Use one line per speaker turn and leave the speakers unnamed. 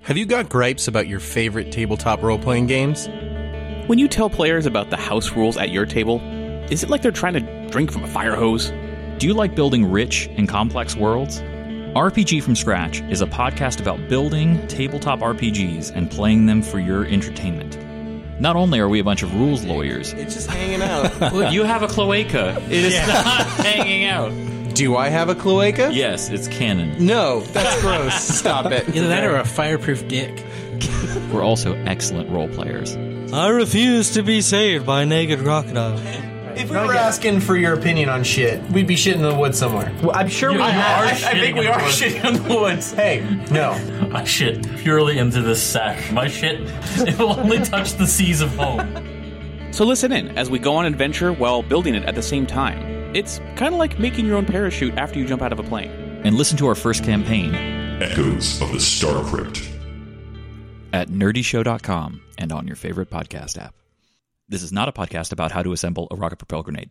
Have you got gripes about your favorite tabletop role playing games?
When you tell players about the house rules at your table, is it like they're trying to drink from a fire hose?
Do you like building rich and complex worlds? RPG from Scratch is a podcast about building tabletop RPGs and playing them for your entertainment. Not only are we a bunch of rules lawyers,
It's just hanging out.
Well, you have a cloaca. It is not hanging out.
Do I have a cloaca?
Yes, it's canon.
No, that's gross. Stop it.
Either that or a fireproof dick.
We're also excellent role players.
I refuse to be saved by a naked crocodile.
If we were asking for your opinion on shit, we'd be shitting in the woods somewhere.
Well, I'm sure we
I,
have.
I think we are shitting in the woods.
Hey, no.
My shit purely into this sack. My shit, it will only touch the seas of home.
So listen in as we go on adventure while building it at the same time. It's kind of like making your own parachute after you jump out of a plane.
And listen to our first campaign
Echoes of the Star Crypt.
at nerdyshow.com and on your favorite podcast app. This is not a podcast about how to assemble a rocket propelled grenade.